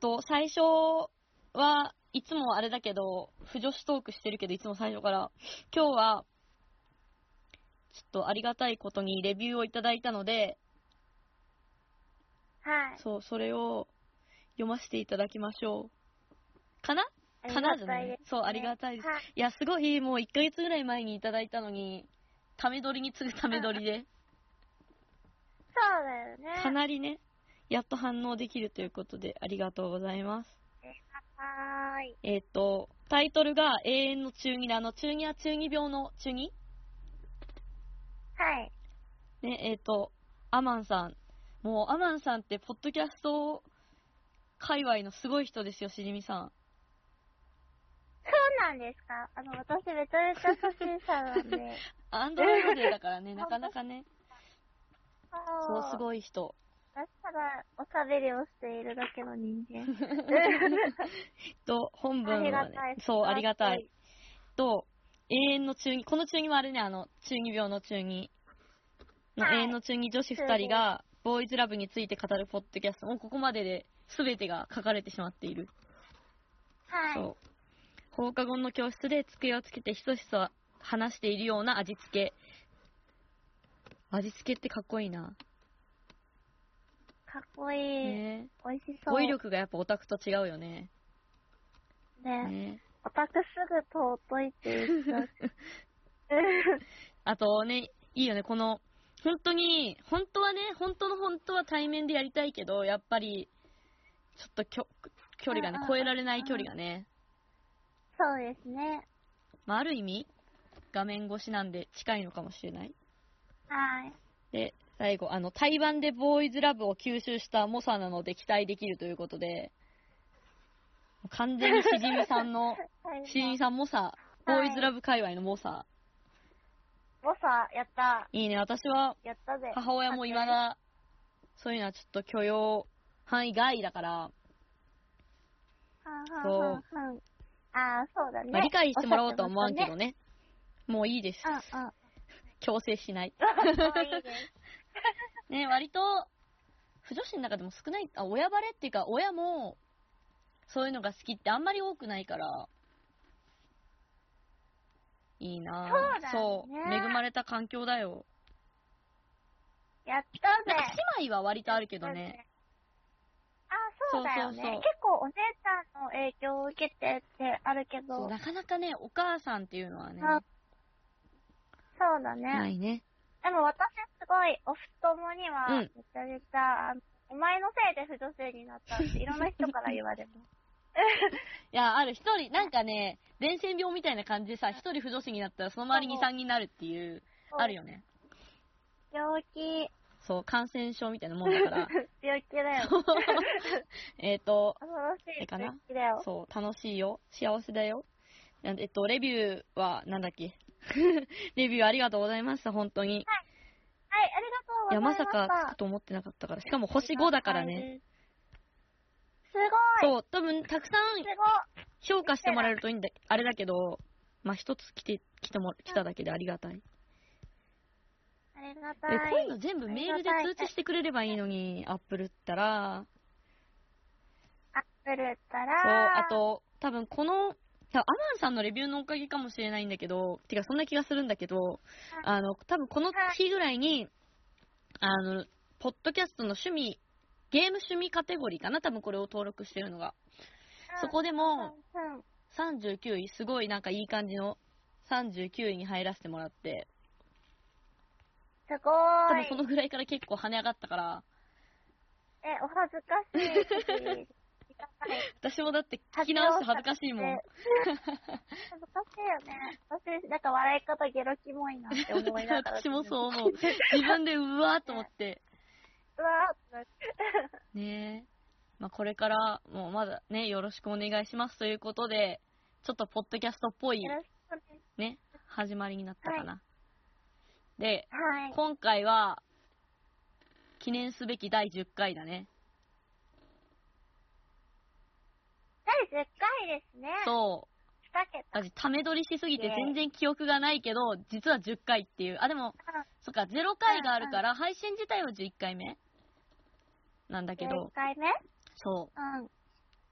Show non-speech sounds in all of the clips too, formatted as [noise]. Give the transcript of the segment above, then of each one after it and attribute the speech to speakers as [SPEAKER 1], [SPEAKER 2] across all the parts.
[SPEAKER 1] と、最初はいつもあれだけど、不女子トークしてるけど、いつも最初から、今日は、ちょっとありがたいことにレビューをいただいたので、
[SPEAKER 2] はい。
[SPEAKER 1] そう、それを読ませていただきましょう。かな
[SPEAKER 2] あり
[SPEAKER 1] かなじゃ
[SPEAKER 2] が
[SPEAKER 1] な
[SPEAKER 2] た
[SPEAKER 1] い
[SPEAKER 2] いです、ね。
[SPEAKER 1] そうありがたいです
[SPEAKER 2] はい。
[SPEAKER 1] いや、すごい、もう1ヶ月ぐらい前にいただいたのに、ため撮りに次ぐため撮りで、
[SPEAKER 2] そうだよね。
[SPEAKER 1] かなりね、やっと反応できるということで、ありがとうございます。
[SPEAKER 2] はーい。
[SPEAKER 1] えっ、と、タイトルが永遠の中二で、あの、中二は中二病の中二
[SPEAKER 2] はい。
[SPEAKER 1] ね、えっ、と、アマンさん。もう、アマンさんって、ポッドキャスト界隈のすごい人ですよ、しじみさん。
[SPEAKER 2] そうなんですかあの、私めちゃめちゃ初心者なんで。
[SPEAKER 1] アンドロイドデーだからね、なかなかね、 [laughs] そう、す
[SPEAKER 2] い。
[SPEAKER 1] ごい人。
[SPEAKER 2] だったら、おしゃべりをしているだけの人
[SPEAKER 1] [laughs]
[SPEAKER 2] 間。
[SPEAKER 1] と、本文は、
[SPEAKER 2] あ
[SPEAKER 1] ね
[SPEAKER 2] りがたい。、
[SPEAKER 1] そう、ありがたい。。と、永遠の中二、この中二はあれね、あの、中二病の中二の
[SPEAKER 2] はい
[SPEAKER 1] 永遠の中二女子二人が、ボーイズラブについて語るポッドキャスト、もうここまでで全てが書かれてしまっている。
[SPEAKER 2] はい。
[SPEAKER 1] そう。放課後の教室で机をつけてひそひそ話しているような味付け。味付けってかっこいいな。
[SPEAKER 2] かっこいい。
[SPEAKER 1] ね
[SPEAKER 2] 美味しそう。
[SPEAKER 1] 語彙力がやっぱオタクと違うよね。
[SPEAKER 2] ね。
[SPEAKER 1] ね
[SPEAKER 2] オタクすぐ尊いって言
[SPEAKER 1] [laughs]
[SPEAKER 2] っちゃう。
[SPEAKER 1] あとね、いいよね、この、本当に、本当はね、本当の本当は対面でやりたいけど、やっぱり、ちょっときょ距離がね
[SPEAKER 2] うんうんう、ん
[SPEAKER 1] 超えられない距離がね、
[SPEAKER 2] そうですね。
[SPEAKER 1] まあ、ある意味、画面越しなんで近いのかもしれない。
[SPEAKER 2] はい。
[SPEAKER 1] で、最後、あの、台湾でボーイズラブを吸収した猛者なので期待できるということで、完全にしじみさん
[SPEAKER 2] [laughs]
[SPEAKER 1] の、
[SPEAKER 2] はい
[SPEAKER 1] しじみさん猛者、ボーイズラブ界隈の猛者。
[SPEAKER 2] ボサ、やった。
[SPEAKER 1] いいね、私は
[SPEAKER 2] やったぜ。
[SPEAKER 1] 母親も未だ、そういうのはちょっと許容範囲外だから、
[SPEAKER 2] はん
[SPEAKER 1] そう
[SPEAKER 2] はんはんはん。ああ、そうだね。
[SPEAKER 1] まあ、理解してもらおうとは思わんけ
[SPEAKER 2] おっ
[SPEAKER 1] どね。もういいです
[SPEAKER 2] し。ゃってま
[SPEAKER 1] 強制しない。
[SPEAKER 2] したね。うんうん。可愛いです。
[SPEAKER 1] ね、割と、不女子の中でも少ない、あ、親バレっていうか、親も、そういうのが好きってあんまり多くないから、いいなぁ
[SPEAKER 2] そうだね
[SPEAKER 1] そう、恵まれた環境だよ。
[SPEAKER 2] やった
[SPEAKER 1] なんか [laughs]
[SPEAKER 2] ぜ。
[SPEAKER 1] 姉妹は割とあるけどね。。
[SPEAKER 2] あそうだよね
[SPEAKER 1] そうそうそう
[SPEAKER 2] 結構お姉ちゃんの影響を受けてってあるけ
[SPEAKER 1] そ
[SPEAKER 2] ど
[SPEAKER 1] う、なかなかね、お母さんっていうのはね、
[SPEAKER 2] あそうだ
[SPEAKER 1] な
[SPEAKER 2] ね。
[SPEAKER 1] いね。
[SPEAKER 2] でも私すごい、お太もには、
[SPEAKER 1] うん
[SPEAKER 2] めちゃめちゃ、あのお前のせいで不女性になったって、いろんな人から言われます。
[SPEAKER 1] いや、ある、一人、なんかね、伝染病みたいな感じでさ、一人不女子になったら、その周りに
[SPEAKER 2] そう
[SPEAKER 1] 3人になるっていう、 [laughs] ある
[SPEAKER 2] よ。
[SPEAKER 1] よね。
[SPEAKER 2] 病気、
[SPEAKER 1] そう、感染症みたいなもんだ
[SPEAKER 2] [laughs]
[SPEAKER 1] から。
[SPEAKER 2] 病
[SPEAKER 1] [laughs]
[SPEAKER 2] 気だよ。
[SPEAKER 1] えっと、
[SPEAKER 2] 恐ろし
[SPEAKER 1] え
[SPEAKER 2] い
[SPEAKER 1] かな
[SPEAKER 2] 病気だよ。
[SPEAKER 1] そう、楽しいよ。幸せだよ。なんでえっと、レビューは、なんだっけ。 [laughs] レビューありがとうございました、本当に。
[SPEAKER 2] はい、
[SPEAKER 1] い
[SPEAKER 2] あり
[SPEAKER 1] や、
[SPEAKER 2] がとうございま
[SPEAKER 1] ま
[SPEAKER 2] した。
[SPEAKER 1] さかつくと思ってなかったから。しかも星5だからね。。
[SPEAKER 2] すごい
[SPEAKER 1] そう、多分、たくさん
[SPEAKER 2] すご
[SPEAKER 1] 評価してもらえるといいんだ、あれだけど、まあ、一つ来て、来ても、来ただけでありがたい。
[SPEAKER 2] いありが
[SPEAKER 1] え、
[SPEAKER 2] た
[SPEAKER 1] こういう
[SPEAKER 2] い。
[SPEAKER 1] の全部メールで通知してくれればいいのに、アップルったら、
[SPEAKER 2] アップルった
[SPEAKER 1] そう、
[SPEAKER 2] ら、
[SPEAKER 1] あと、多分この、多分アマンさんのレビューのおかげかもしれないんだけど、てかそんな気がするんだけど、あの、多分この日ぐらいに、あの、ポッドキャストの趣味、ゲーム趣味カテゴリーかな多分これを登録してるのが。
[SPEAKER 2] うん
[SPEAKER 1] そこで
[SPEAKER 2] うん
[SPEAKER 1] も、
[SPEAKER 2] うん
[SPEAKER 1] 39位、すごいなんかいい感じの39位に入らせてもらって、
[SPEAKER 2] すご
[SPEAKER 1] 多
[SPEAKER 2] ー
[SPEAKER 1] 分
[SPEAKER 2] い
[SPEAKER 1] そ。のぐらいから結構跳ね上がったから、
[SPEAKER 2] え、お恥ずかしい。
[SPEAKER 1] 私もだって聞き直して恥ずかしいもん。
[SPEAKER 2] 恥ずかしいよね。私、なんか笑い方ゲロキモいなって思いながら。
[SPEAKER 1] [laughs] 私もそう
[SPEAKER 2] う。
[SPEAKER 1] 思う。自分でうわーと思って。
[SPEAKER 2] うわー
[SPEAKER 1] ねえ。まあ、これからもまだね、よろしくお願いしますということで、ちょっとポッドキャストっぽい
[SPEAKER 2] よろしくね。
[SPEAKER 1] ね、始まりになったかな。で、
[SPEAKER 2] はい。
[SPEAKER 1] 今回は、記念すべき第10回だね。
[SPEAKER 2] 第10回ですね。う。
[SPEAKER 1] そう。
[SPEAKER 2] 2桁。
[SPEAKER 1] 私、ため撮りしすぎて
[SPEAKER 2] ね
[SPEAKER 1] 全然記憶がないけど、実は10回っていう。あ、でも、そっか、0回があるから、配信自体は11回目なんだけ
[SPEAKER 2] 10
[SPEAKER 1] ど、
[SPEAKER 2] 回目
[SPEAKER 1] そう。
[SPEAKER 2] うん。
[SPEAKER 1] っ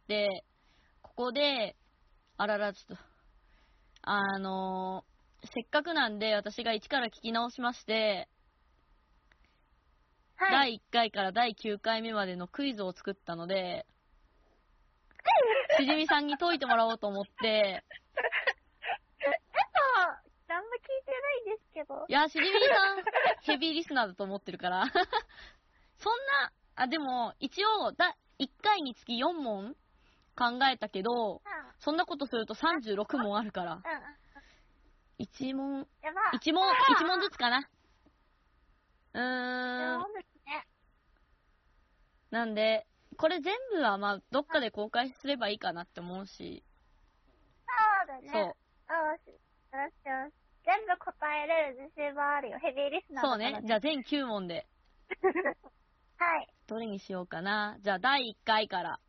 [SPEAKER 1] て、ここで、あらら、ちょっと、あのーせっかくなんで私が一から聞き直しまして、
[SPEAKER 2] はい。
[SPEAKER 1] 第1回から第9回目までのクイズを作ったの
[SPEAKER 2] [laughs]
[SPEAKER 1] で、しじみさんに解いてもらおうと思って、
[SPEAKER 2] あと、何も聞いてないんですけど。
[SPEAKER 1] いや、しじみさん、ヘビーリスナーだと思ってるから。 [laughs] そんな、あ、でも、一応、だ、1回につき4問考えたけど、
[SPEAKER 2] うん。
[SPEAKER 1] そんなことすると36問あるから。
[SPEAKER 2] うん。
[SPEAKER 1] 1問、
[SPEAKER 2] やば。
[SPEAKER 1] 1問、1問ずつかな。うーん
[SPEAKER 2] そ。うですね。
[SPEAKER 1] なんで、これ全部はまあ、どっかで公開すればいいかなって思うし、
[SPEAKER 2] そうだね。
[SPEAKER 1] そう。
[SPEAKER 2] あし、よしよし。全部答えれる自信はあるよ。ヘビーリスナー
[SPEAKER 1] そう
[SPEAKER 2] だ
[SPEAKER 1] ね
[SPEAKER 2] から。
[SPEAKER 1] じゃあ全9問で、
[SPEAKER 2] はい。
[SPEAKER 1] どれにしようかな。じゃあ第1回から。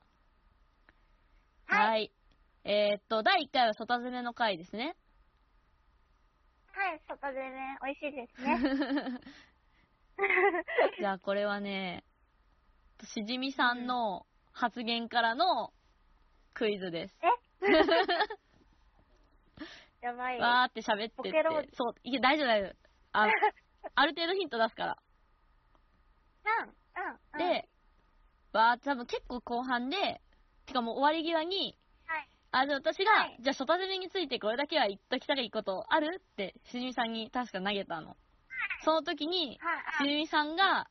[SPEAKER 2] はい。
[SPEAKER 1] い。えーっと、第1回は外攻めの回ですね。
[SPEAKER 2] はい。外でね、美味しいですね。
[SPEAKER 1] [laughs] じゃあこれはね、しじみさんの発言からのクイズです。
[SPEAKER 2] やばい。
[SPEAKER 1] わーって喋ってって
[SPEAKER 2] ボケろ。
[SPEAKER 1] そう、いや、大丈夫大丈夫。あ
[SPEAKER 2] [laughs]
[SPEAKER 1] ある程度ヒント出すから。
[SPEAKER 2] うん。うん。うん、
[SPEAKER 1] で、わー、多分結構後半で、てかもう終わり際に、
[SPEAKER 2] はい
[SPEAKER 1] あ、じゃあ私が、
[SPEAKER 2] はい
[SPEAKER 1] じゃあ、外攻めについてこれだけは言っときたらいいことあるって、しじみさんに確か投げたの。その時に、
[SPEAKER 2] は
[SPEAKER 1] し
[SPEAKER 2] い。
[SPEAKER 1] じみさんが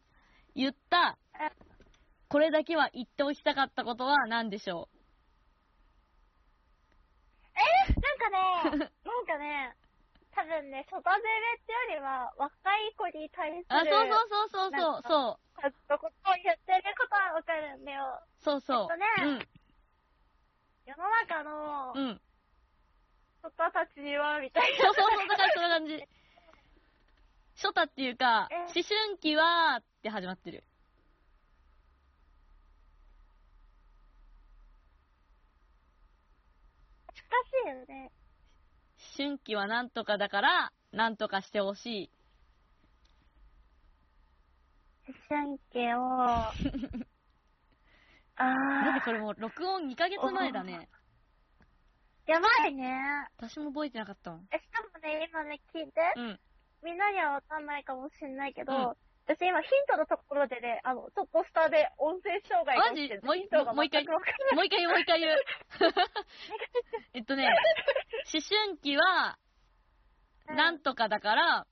[SPEAKER 1] 言った、これだけは言っておきたかったことは何でしょ
[SPEAKER 2] えなんか
[SPEAKER 1] [laughs]
[SPEAKER 2] ね、なんかね、多分ね、外攻めってよりは、若い子に対する
[SPEAKER 1] うあ、そうそうそうそうそう、
[SPEAKER 2] 数のことを言ってることはわかるんだよ。
[SPEAKER 1] そう、そうそう。
[SPEAKER 2] えっと世の中の
[SPEAKER 1] うん、うん。
[SPEAKER 2] 人たちには、みたい
[SPEAKER 1] そう
[SPEAKER 2] な
[SPEAKER 1] そう。そう、だからそんな感じ。初太っていうか、
[SPEAKER 2] え
[SPEAKER 1] 思春期は、って始まってる。
[SPEAKER 2] 難しいよね。
[SPEAKER 1] 思春期はなんとかだから、なんとかしてほしい。
[SPEAKER 2] 思春期
[SPEAKER 1] [laughs]
[SPEAKER 2] を、あ
[SPEAKER 1] だって
[SPEAKER 2] あ
[SPEAKER 1] これもう録音2ヶ月前だね。
[SPEAKER 2] ー、やばいね。
[SPEAKER 1] 私も覚えてなかったもん。
[SPEAKER 2] え、しかもね、今ね、聞いて、
[SPEAKER 1] うん。
[SPEAKER 2] みんなにはわかんないかもしんないけど、
[SPEAKER 1] うん
[SPEAKER 2] 私今ヒントのところでね、あの、ちょっとしたで音声障害が起きてる
[SPEAKER 1] マジもう一
[SPEAKER 2] ヒントが
[SPEAKER 1] もう一回
[SPEAKER 2] 全くわかんない
[SPEAKER 1] もう一回言う、もう一回言う。えっとね、思春期は、
[SPEAKER 2] うん
[SPEAKER 1] なんとかだから、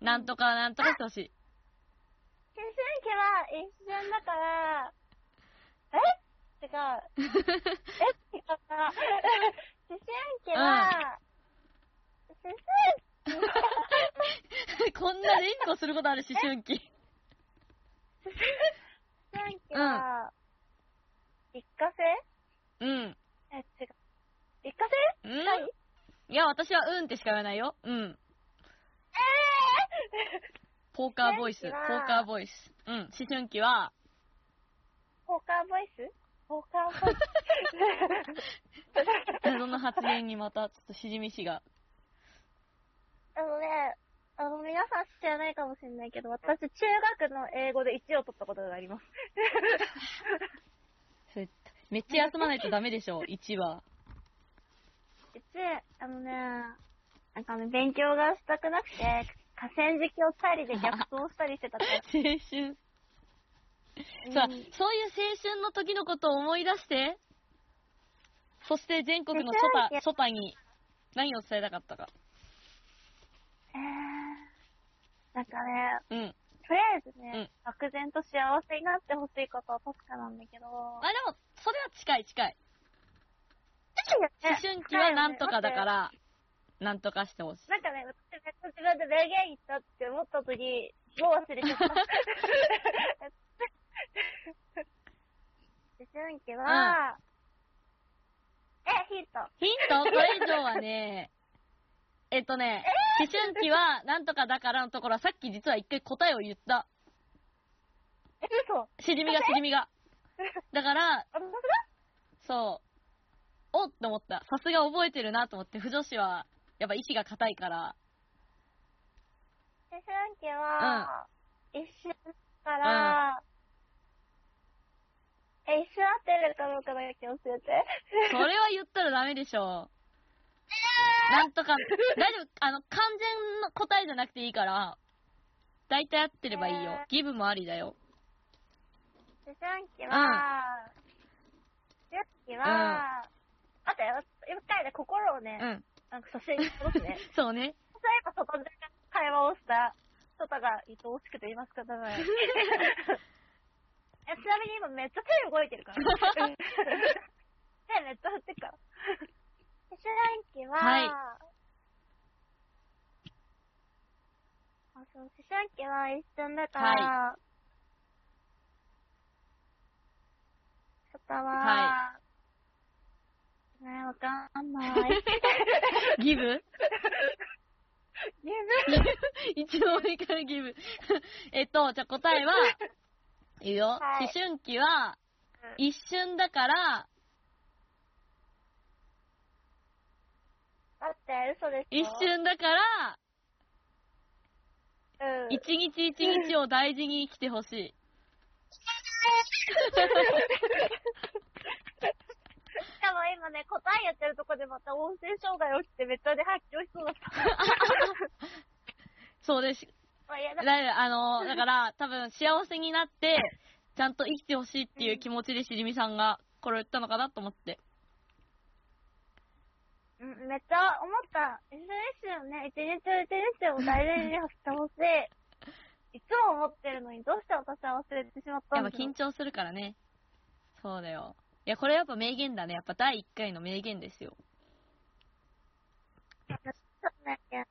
[SPEAKER 1] なんとかなんとかしてほしい。
[SPEAKER 2] 思春期は一瞬だから、え違う。え違う [laughs] な。思春期は、思春
[SPEAKER 1] [laughs] こんな連呼することある思春期。
[SPEAKER 2] [laughs] 思春期は、一過性
[SPEAKER 1] うん。
[SPEAKER 2] え、違う。一過
[SPEAKER 1] う
[SPEAKER 2] 性はい
[SPEAKER 1] んいや、私はうんってしか言わないよ。うん。
[SPEAKER 2] えー、 [laughs]
[SPEAKER 1] ポーカーボイス。ポ
[SPEAKER 2] 思
[SPEAKER 1] ー
[SPEAKER 2] 春期は
[SPEAKER 1] カーボイス。うん。思春期は、
[SPEAKER 2] ポーカーボイスポーカーボイス
[SPEAKER 1] 謎の発言にまた、ちょっとしじみ氏が。
[SPEAKER 2] [laughs] あのね、あの、皆さん知らないかもしれないけど、私、中学の英語で1を取ったことがあります。
[SPEAKER 1] それめっちゃ休まないとダメでしょ、1は。
[SPEAKER 2] うち、あのね、なんかね、勉強がしたくなくて、河川敷をチャリで逆走したりしてたから。
[SPEAKER 1] 青春。さ [laughs] あ、そういう青春の時のことを思い出して、そして全国のソタ、ソタに何を伝えたかったか。
[SPEAKER 2] えー、なんかね、
[SPEAKER 1] うん。
[SPEAKER 2] とりあえず
[SPEAKER 1] うん
[SPEAKER 2] ね、漠然と幸せになってほしいことは確かなんだけど、
[SPEAKER 1] あ、でも、それは近い近い。思
[SPEAKER 2] 思
[SPEAKER 1] 春期はなんとかだか。
[SPEAKER 2] はい
[SPEAKER 1] ら、なんとかしてほしい。
[SPEAKER 2] なんかね、私めっちゃ自分で名言言ったって思った時、もう忘れちゃった。思春期は、え、ヒント。
[SPEAKER 1] ヒントこれ以上はね、えっとね、 [laughs] 思春期はなんとかだからのところはさっき実は一回答えを言った。
[SPEAKER 2] え、嘘
[SPEAKER 1] しじみがしじみが。だから、
[SPEAKER 2] あ、本当
[SPEAKER 1] そう。おっと思った。さすが覚えてるなと思って、不女子は、やっぱ意志が硬いから。
[SPEAKER 2] だ思春期は、一瞬から、え、え、一緒合ってるかどうかだけ教えて。
[SPEAKER 1] それは言ったらダメでしょ。なんとか、大丈夫、あの、完全の答えじゃなくていいから、大体合ってればいいよ
[SPEAKER 2] えー。
[SPEAKER 1] ギブもありだよ。
[SPEAKER 2] 思春期は、思春期は、あとやっぱ、やっぱりね心を
[SPEAKER 1] う
[SPEAKER 2] ね、
[SPEAKER 1] ん。
[SPEAKER 2] なんか写真に戻すね。
[SPEAKER 1] [laughs] そうね。
[SPEAKER 2] そういえばそこで会話をした人が愛おしくて今仕方 [laughs] ない。いやちなみに今めっちゃ手動いてるから。手 [laughs] めっちゃ振ってるから。思春期は、
[SPEAKER 1] はい
[SPEAKER 2] あそう思春期は一瞬だから、方は、
[SPEAKER 1] は
[SPEAKER 2] ねわかんない。
[SPEAKER 1] [laughs]
[SPEAKER 2] [laughs]
[SPEAKER 1] ギブ [laughs]
[SPEAKER 2] 自
[SPEAKER 1] 一応目からギブ。 [laughs] えっと、じゃあ答えは、いいよ。
[SPEAKER 2] はい
[SPEAKER 1] 思春期は、一瞬だから、
[SPEAKER 2] だって嘘です
[SPEAKER 1] 一
[SPEAKER 2] よ。
[SPEAKER 1] 瞬だから、
[SPEAKER 2] うん
[SPEAKER 1] 一日一日を大事に生きてほしい。
[SPEAKER 2] しかも今ね、答えやってるとこでまた音声障害起きてめっちゃで発狂しそうだった。
[SPEAKER 1] [laughs] そうです。
[SPEAKER 2] まあいや、
[SPEAKER 1] だ
[SPEAKER 2] だ
[SPEAKER 1] からあの、だから、多分幸せになって、ちゃんと生きてほしいっていう気持ちでしじみさんが、これを言ったのかなと思って。
[SPEAKER 2] うんめっちゃ思った。一緒ですよね。一日一日を大事にしてほしい。いつも思ってるのに、どうして私は忘れてしまった
[SPEAKER 1] やっ
[SPEAKER 2] ん
[SPEAKER 1] ぱ
[SPEAKER 2] だろう
[SPEAKER 1] 緊。張するからね。そうだよ。いや、これやっぱ名言だね。やっぱ第1回の名言ですよ。
[SPEAKER 2] そうねいや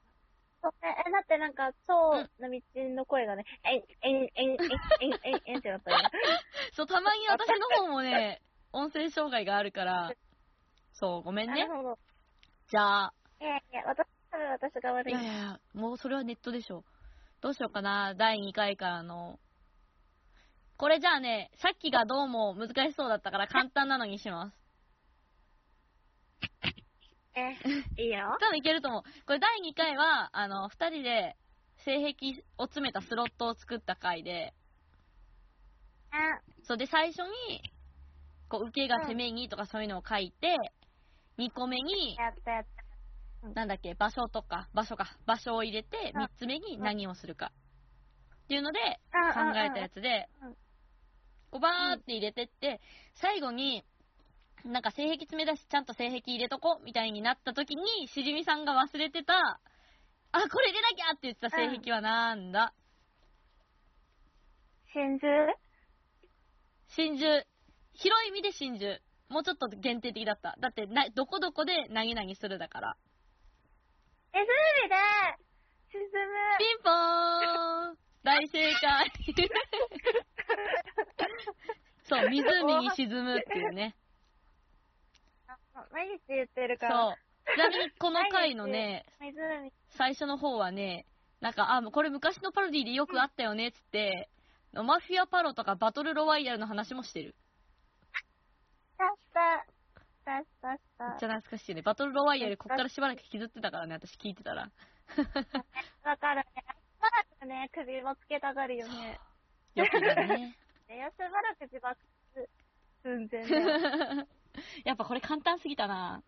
[SPEAKER 2] そうねえ、だってなんか、蝶の道の声がね、えん、えん、えん、えん、えん、えん、えんってなったよね。
[SPEAKER 1] そう、たまに私の方も
[SPEAKER 2] [laughs]
[SPEAKER 1] ね、音声障害があるから、そう、ごめん
[SPEAKER 2] なる
[SPEAKER 1] ね。
[SPEAKER 2] ほど。
[SPEAKER 1] じゃあ、
[SPEAKER 2] いやいや、私、多分私が悪
[SPEAKER 1] い
[SPEAKER 2] い。
[SPEAKER 1] やいやいや、もうそれはネットでしょ。どうしようかな、第2回からの。これじゃあね、さっきがどうも難しそうだったから簡単なのにします。
[SPEAKER 2] え、いいよ。
[SPEAKER 1] 多分いけると思う。これ第2回は、あの、2人で性癖を詰めたスロットを作った回で、
[SPEAKER 2] あ、
[SPEAKER 1] そうで最初に、こう、受けが攻めにとかそういうのを書いて、2個目に、
[SPEAKER 2] やったやった。
[SPEAKER 1] なんだっけ、場所とか、場所か、場所を入れて、
[SPEAKER 2] うん
[SPEAKER 1] 3つ目に何をするか。っていうので、
[SPEAKER 2] あ
[SPEAKER 1] 考えたやつで
[SPEAKER 2] うんうん、
[SPEAKER 1] こうバーって入れてって、最後に、なんか性癖詰めだし、ちゃんと性癖入れとこ、みたいになった時に、しじみさんが忘れてた、あ、これ入れなきゃって言ってた性癖はなんだ、
[SPEAKER 2] 真珠
[SPEAKER 1] 真珠。広い意味で真珠。もうちょっと限定的だった。だってな、どこどこで何々するだから。
[SPEAKER 2] え、そういう意味で、沈む。
[SPEAKER 1] ピンポーン大正解そう、湖に沈むっていうね。
[SPEAKER 2] あ毎日言ってる
[SPEAKER 1] そ
[SPEAKER 2] か
[SPEAKER 1] う
[SPEAKER 2] ら。。
[SPEAKER 1] ちなみにこの回のね、
[SPEAKER 2] 湖。うん。
[SPEAKER 1] 最初の方はね、なんか、あ、もうこれ昔のパロディでよくあったよね、つって、マフィアパロとかバトルロワイヤルの話もしてる。
[SPEAKER 2] した。したしたした。
[SPEAKER 1] めっちゃ懐かしいね。バトルロワイヤルこっからしばらく引きずってたからね、私聞いてたら。
[SPEAKER 2] わかるね。しばらくね、首もつけたがるよね。
[SPEAKER 1] よくだね。
[SPEAKER 2] いや、しばらく自爆する。寸前
[SPEAKER 1] [laughs]
[SPEAKER 2] だよ。
[SPEAKER 1] [laughs] やっぱこれ簡単すぎたな。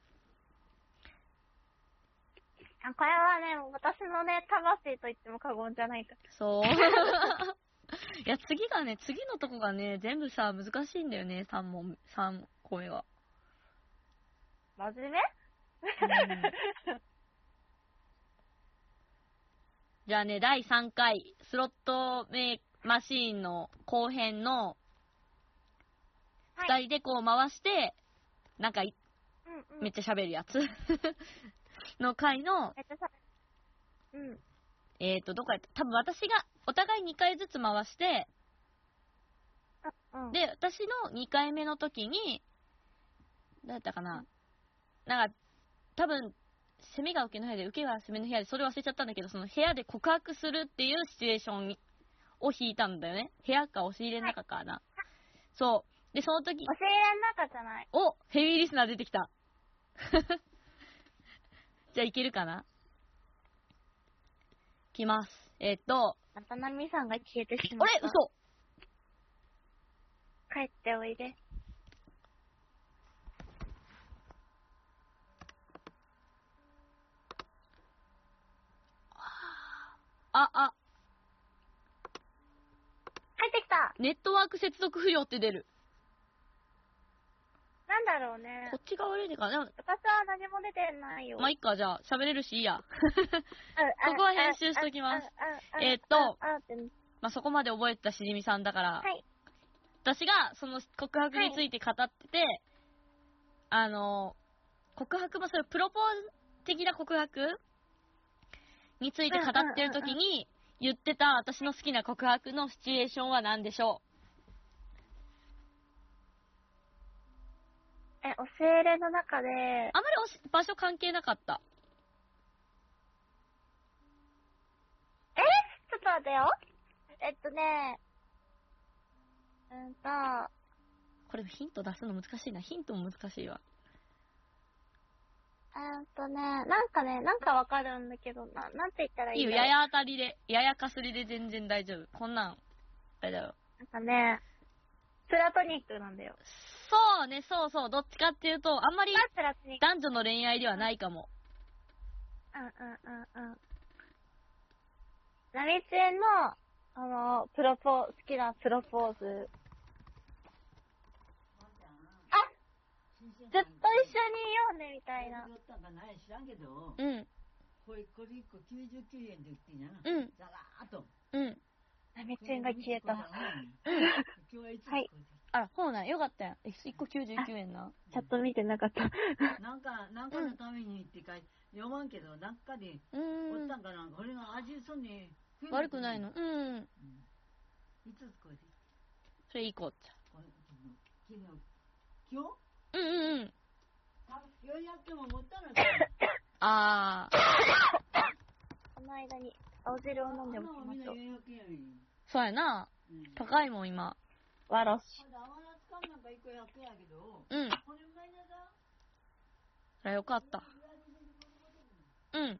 [SPEAKER 2] あこれはね、私のね、魂と言っても過言じゃないから。
[SPEAKER 1] そう。 [laughs] いや、次がね、次のとこがね、全部さ、難しいんだよね、3問、三個目は。
[SPEAKER 2] 真面目
[SPEAKER 1] じゃあね、第3回、スロットメイマシーンの後編の、
[SPEAKER 2] は
[SPEAKER 1] 2人でこう回して、なんかい
[SPEAKER 2] [laughs] うんうん。
[SPEAKER 1] めっちゃ喋るやつ [laughs] の回の、
[SPEAKER 2] めっちゃさ、うん。
[SPEAKER 1] えっ、ー、と、どこやった多分私が、お互い2回ずつ回して、
[SPEAKER 2] あうん。
[SPEAKER 1] で、私の2回目の時に、どうやったかななんか、多分、攻めが受けの部屋で、受けは攻めの部屋で、それ忘れちゃったんだけど、その部屋で告白するっていうシチュエーションにを引いたんだよね。部屋か押し入れの中かな。そう。で、その時
[SPEAKER 2] 教、えらん中じゃない。
[SPEAKER 1] おヘビーリスナー出てきた。 [laughs] じゃあいけるかなきます。えっと、
[SPEAKER 2] 渡辺さんが消えてし
[SPEAKER 1] あ
[SPEAKER 2] まっ
[SPEAKER 1] れ
[SPEAKER 2] た。
[SPEAKER 1] 嘘
[SPEAKER 2] 帰っておいで。
[SPEAKER 1] あ、あ、
[SPEAKER 2] 入ってきた
[SPEAKER 1] ネットワーク接続不良って出る。
[SPEAKER 2] なんだろうね
[SPEAKER 1] こ。っちが悪いのかな。で
[SPEAKER 2] 私は何も出てないよ。
[SPEAKER 1] もまあ、いっか、じゃあ、喋れるしいい
[SPEAKER 2] [laughs]
[SPEAKER 1] や。
[SPEAKER 2] こ
[SPEAKER 1] こは編集しときます。
[SPEAKER 2] あああ
[SPEAKER 1] えーっと
[SPEAKER 2] ああっては
[SPEAKER 1] まあ、そこまで覚えてたしじみさんだから、
[SPEAKER 2] い。
[SPEAKER 1] 私がその告白について語ってて、あの、告白もそれプロポーズ的な告白について語ってる時
[SPEAKER 2] うん
[SPEAKER 1] に、言ってた私の好きな告白のシチュエーションは何でしょ
[SPEAKER 2] え、お精霊の中で、
[SPEAKER 1] うあまりおし場所関係なかった。
[SPEAKER 2] えちょっと待ってよ。えっとね、うんと、
[SPEAKER 1] これヒント出すの難しいな。ヒントも難しいわ。
[SPEAKER 2] うんとね、なんかね、なんかわかるんだけど、な、なんて言ったらい
[SPEAKER 1] いい
[SPEAKER 2] いん
[SPEAKER 1] よ、
[SPEAKER 2] だろう
[SPEAKER 1] やや当たりで、ややかすりで全然大丈夫。こんなん、大丈夫。
[SPEAKER 2] なんかね、プラトニックなんだよ。
[SPEAKER 1] そうね、そうそう。どっちかっていうと、あんまり
[SPEAKER 2] あプラトニック。
[SPEAKER 1] 男女の恋愛ではないかも。
[SPEAKER 2] うんうんうんうん。波中の、あの、プロポ、好きなプロポーズ。あずっと一緒にいようね、みたいな。
[SPEAKER 3] 知らんけど、
[SPEAKER 1] うん、
[SPEAKER 3] これ、これ1個99円で売ってんやな。
[SPEAKER 1] うん
[SPEAKER 3] ザラーっと。
[SPEAKER 1] うん。
[SPEAKER 2] 波中が消えた。
[SPEAKER 3] 今日はいつも
[SPEAKER 2] はい
[SPEAKER 1] あら、ほうなん、よかったやん。え1個99円な。
[SPEAKER 2] チャット見てなかった。
[SPEAKER 3] なんか、なんかのためにって書いて、読まんけど、なんかで、
[SPEAKER 1] うー
[SPEAKER 3] おっ
[SPEAKER 1] ん
[SPEAKER 3] た。んかな、これが味そんね。
[SPEAKER 1] 悪くないの。うん。
[SPEAKER 3] うん。いつこれで、
[SPEAKER 1] それいい子っち
[SPEAKER 3] これ、昨日、今日
[SPEAKER 1] ゃ。うんうんうん。
[SPEAKER 3] あ400円も持ったの
[SPEAKER 1] あー、
[SPEAKER 2] この間に青汁を飲んでも
[SPEAKER 3] あ
[SPEAKER 2] らい
[SPEAKER 3] み
[SPEAKER 2] ま
[SPEAKER 3] んな
[SPEAKER 2] しょう。
[SPEAKER 3] 400円やねん
[SPEAKER 1] そうやな。
[SPEAKER 3] うん
[SPEAKER 1] 高いもん、今。
[SPEAKER 2] わらし。
[SPEAKER 3] まだ甘夏かんなんか1個100円やけど、
[SPEAKER 1] うん。
[SPEAKER 3] これうまいなだ。
[SPEAKER 1] あら、よかった。うん。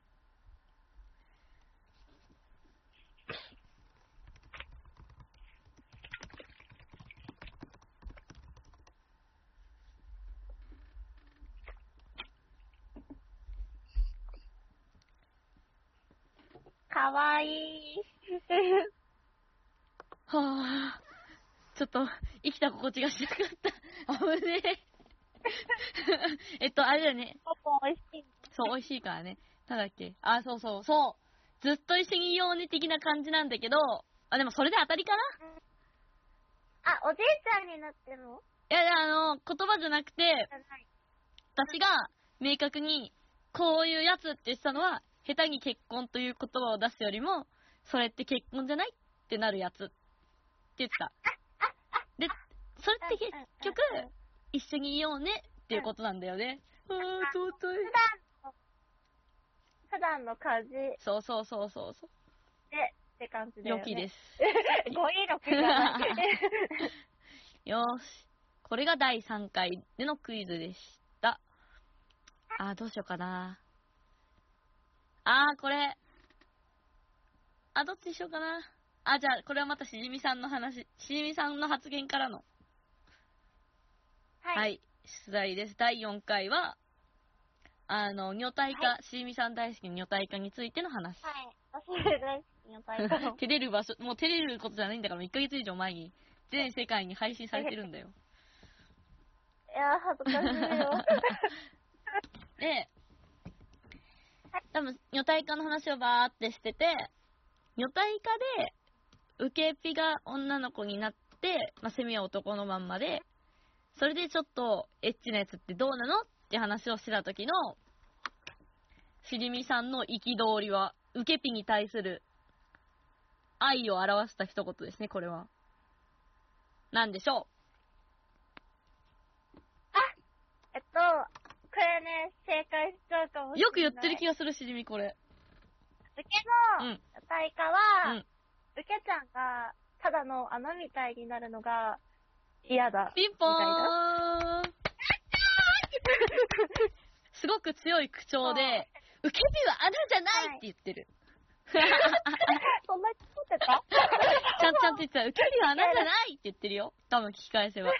[SPEAKER 2] かわいい。
[SPEAKER 1] はあ。ちょっと、生きた心地がしなか [laughs] った。危ねえ。えっと、あれだよね。
[SPEAKER 2] ポポ美味しい。
[SPEAKER 1] そう、美味しいからね。なんだっけ。あ、そうそう、そう。ずっと一緒にいようね的な感じなんだけど、あ、でもそれで当たりかな
[SPEAKER 2] あ、おじいちゃんになっても
[SPEAKER 1] いや、いやあの、言葉じゃなくて
[SPEAKER 2] じ、ゃない。
[SPEAKER 1] 私が明確に、こういうやつって言ってたのは、下手に結婚という言葉を出すよりも、それって結婚じゃないってなるやつって言ってた。で、それって結局、
[SPEAKER 2] うんうんうん
[SPEAKER 1] 一緒にいようねっていうことなんだよね。ああ、尊い
[SPEAKER 2] 普。段の、普段の感じで
[SPEAKER 1] そうそうそうそうそう。
[SPEAKER 2] って感じだよ
[SPEAKER 1] 良
[SPEAKER 2] ね。。
[SPEAKER 1] きですす。
[SPEAKER 2] [laughs] 語彙力がない。
[SPEAKER 1] よーし。これが第3回でのクイズでした。あー、どうしようかな。あー、これ。あ、どっちにしようかな。あ、じゃあ、これはまたしじみさんの話、しじみさんの発言からの、はい、
[SPEAKER 2] はい。
[SPEAKER 1] 出題です。第4回は、あの、女体化、しじみさん大好き女体化についての話。。
[SPEAKER 2] はい。忘れない。やばいかも
[SPEAKER 1] [laughs] 照れる場所、もう照れることじゃないんだから、1ヶ月以上前に、全世界に配信されてるんだよ。
[SPEAKER 2] [laughs] いや、恥ずかし
[SPEAKER 1] [laughs]
[SPEAKER 2] いよ。
[SPEAKER 1] で、多分、女体化の話をバーってしてて、女体化で、受けっぴが女の子になって、まあ、セミは男のまんまで、それでちょっと、エッチなやつってどうなのって話をしてた時の、しじみさんの憤りは、受けっぴに対する、愛を表した一言ですね、これは。なんでしょ
[SPEAKER 2] えっと、これね、正解しちゃうかも
[SPEAKER 1] う
[SPEAKER 2] しれ
[SPEAKER 1] よく言
[SPEAKER 2] ない。
[SPEAKER 1] ってる気がする、しじみこれ。
[SPEAKER 2] 受け
[SPEAKER 1] う
[SPEAKER 2] の
[SPEAKER 1] ん
[SPEAKER 2] 対価
[SPEAKER 1] う
[SPEAKER 2] は、
[SPEAKER 1] ん
[SPEAKER 2] 受けちゃんが、ただの穴みたいになるのが嫌だ。
[SPEAKER 1] ピンポー
[SPEAKER 2] みたいな
[SPEAKER 1] ンすごく強い口調で、受け身は穴じゃないって言ってる。
[SPEAKER 2] そんな気持
[SPEAKER 1] [laughs]
[SPEAKER 2] ってた
[SPEAKER 1] ちゃんちゃんと言ってた。受け身は穴じゃないって言ってるよ。多分聞き返せば。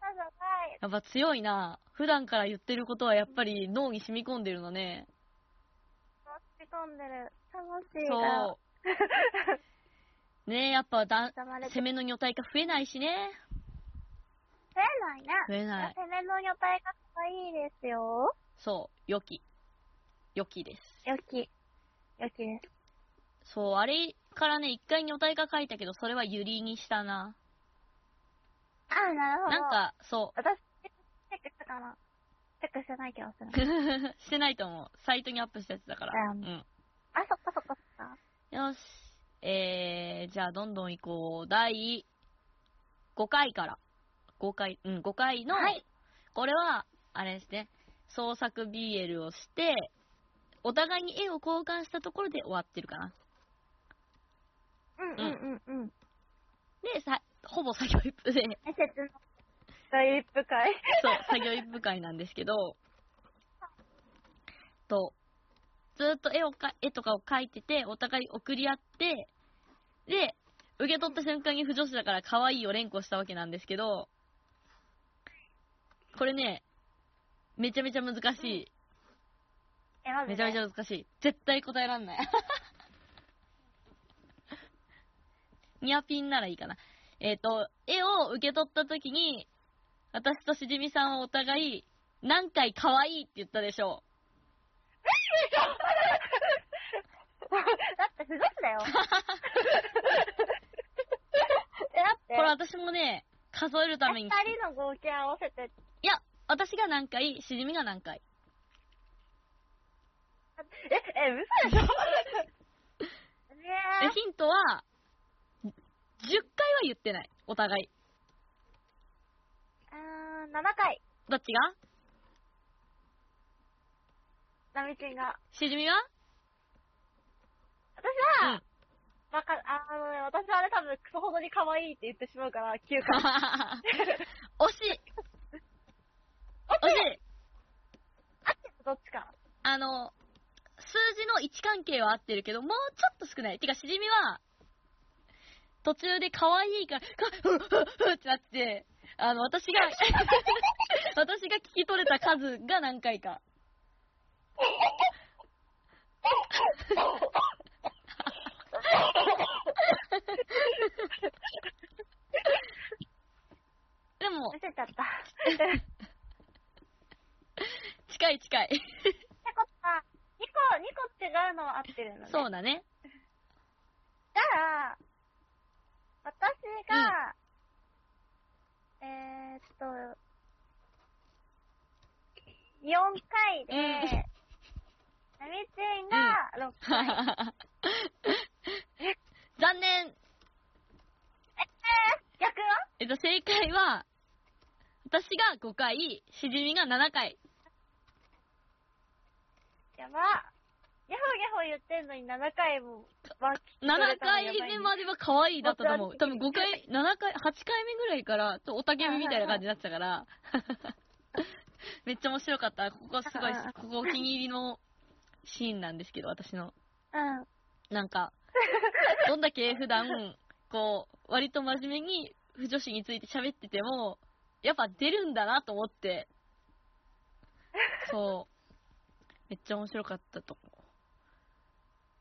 [SPEAKER 2] ただない。
[SPEAKER 1] やっぱ強いな普段から言ってることはやっぱり脳に染み込んでるのね。
[SPEAKER 2] 落ち込んでる。楽しい
[SPEAKER 1] そ
[SPEAKER 2] が
[SPEAKER 1] う。ねえ、やっぱだ
[SPEAKER 2] 挟まれ、て
[SPEAKER 1] 攻めの女体化増えないしね。
[SPEAKER 2] 増えない
[SPEAKER 1] 増えな
[SPEAKER 2] な。
[SPEAKER 1] い。
[SPEAKER 2] 攻めの女体が可愛いですよ。
[SPEAKER 1] そう、良き。良きです。
[SPEAKER 2] 良き。良きです。
[SPEAKER 1] そう、あれからね、一回女体化書いたけど、それはユリにしたな。
[SPEAKER 2] ああ、なるほど。
[SPEAKER 1] なん、か、そ
[SPEAKER 2] 私、チェックしたかな。チェックしてない気がする
[SPEAKER 1] う。。 [laughs] してないと思う。サイトにアップしたやつだから。
[SPEAKER 2] う
[SPEAKER 1] うんん。
[SPEAKER 2] あ、そっかそっかそっか。
[SPEAKER 1] よし。えー、じゃあ、どんどん行こう。第5回から。5回、うん、5回の、
[SPEAKER 2] はい
[SPEAKER 1] これは、あれですね、創作 BL をして、お互いに絵を交換したところで終わってるかな。
[SPEAKER 2] うんうんうんうん。
[SPEAKER 1] で、さ、ほぼ作業一部で、
[SPEAKER 2] え、説の第一部会。
[SPEAKER 1] [laughs] そう、作業一部会なんですけど、と、ずーっと絵をか、絵とかを描いてて、お互い送り合って、で、受け取った瞬間に不女子だから可愛いを連呼したわけなんですけど、これね、めちゃめちゃ難しい。
[SPEAKER 2] え、まず、
[SPEAKER 1] めちゃめ
[SPEAKER 2] [laughs]
[SPEAKER 1] ち
[SPEAKER 2] ゃ。
[SPEAKER 1] ゃ難しい。絶対答えらんない。 [laughs] ニアピンならいいかな。えっ、と、絵を受け取った時に、私としじみさんはお互い、何回可愛いって言ったでしょ
[SPEAKER 2] だって不女子だよ。え、だっ
[SPEAKER 1] う。[laughs]
[SPEAKER 2] て、
[SPEAKER 1] これ私もね、数えるために
[SPEAKER 2] 二、人の合計合わせて、
[SPEAKER 1] いや、私が何回、しじみが何回。
[SPEAKER 2] え、え、
[SPEAKER 1] [laughs]
[SPEAKER 2] 嘘でしょね
[SPEAKER 1] で
[SPEAKER 2] え。
[SPEAKER 1] ヒントは、10回は言ってない。お互い。
[SPEAKER 2] うーん、7回、
[SPEAKER 1] どっちが
[SPEAKER 2] ナミチンが。
[SPEAKER 1] しじ [laughs] みは
[SPEAKER 2] 私は、
[SPEAKER 1] うん
[SPEAKER 2] わかああのね、私はあれ多分クソほどに可愛いって言ってしまうから、9
[SPEAKER 1] [laughs]
[SPEAKER 2] 回。 [laughs]
[SPEAKER 1] 惜しい惜しい
[SPEAKER 2] あっちとどっちか。
[SPEAKER 1] あの、数字の位置関係は合ってるけど、もうちょっと少ない。てか、しじみは、途中で可愛いから、かうっうっうっってなって、あの、私が、私が聞き取れた数が何回か。でも
[SPEAKER 2] 見、せち
[SPEAKER 1] [laughs]
[SPEAKER 2] ゃった。って
[SPEAKER 1] 近い近い。
[SPEAKER 2] ことは、2個、2個違うのは合ってるのね。
[SPEAKER 1] そうだね。
[SPEAKER 2] じゃあ、私が、えーっと、4回で、
[SPEAKER 1] うん
[SPEAKER 2] ナミチンが6回。
[SPEAKER 1] [laughs] 残念
[SPEAKER 2] 逆は
[SPEAKER 1] えっと、正解は、私が5回、しじみが7回。
[SPEAKER 2] やば。ギャホギャホ言ってんのに7回も、まあ、
[SPEAKER 1] 7回目までは可愛いだったと思う。多
[SPEAKER 2] 本当
[SPEAKER 1] 分
[SPEAKER 2] に
[SPEAKER 1] 5回、7回、8回目ぐらいから、とおたけみみたいな感じになってたから、 [laughs] めっちゃ面白かった。ここすごい、ここお気に入りのシーンなんですけど、私の。
[SPEAKER 2] うん。
[SPEAKER 1] なん
[SPEAKER 2] [laughs]
[SPEAKER 1] か、どんだけ普段、こう、割と真面目に不女子について喋ってても、やっぱ出るんだなと思って、そう、めっちゃ面白かったと思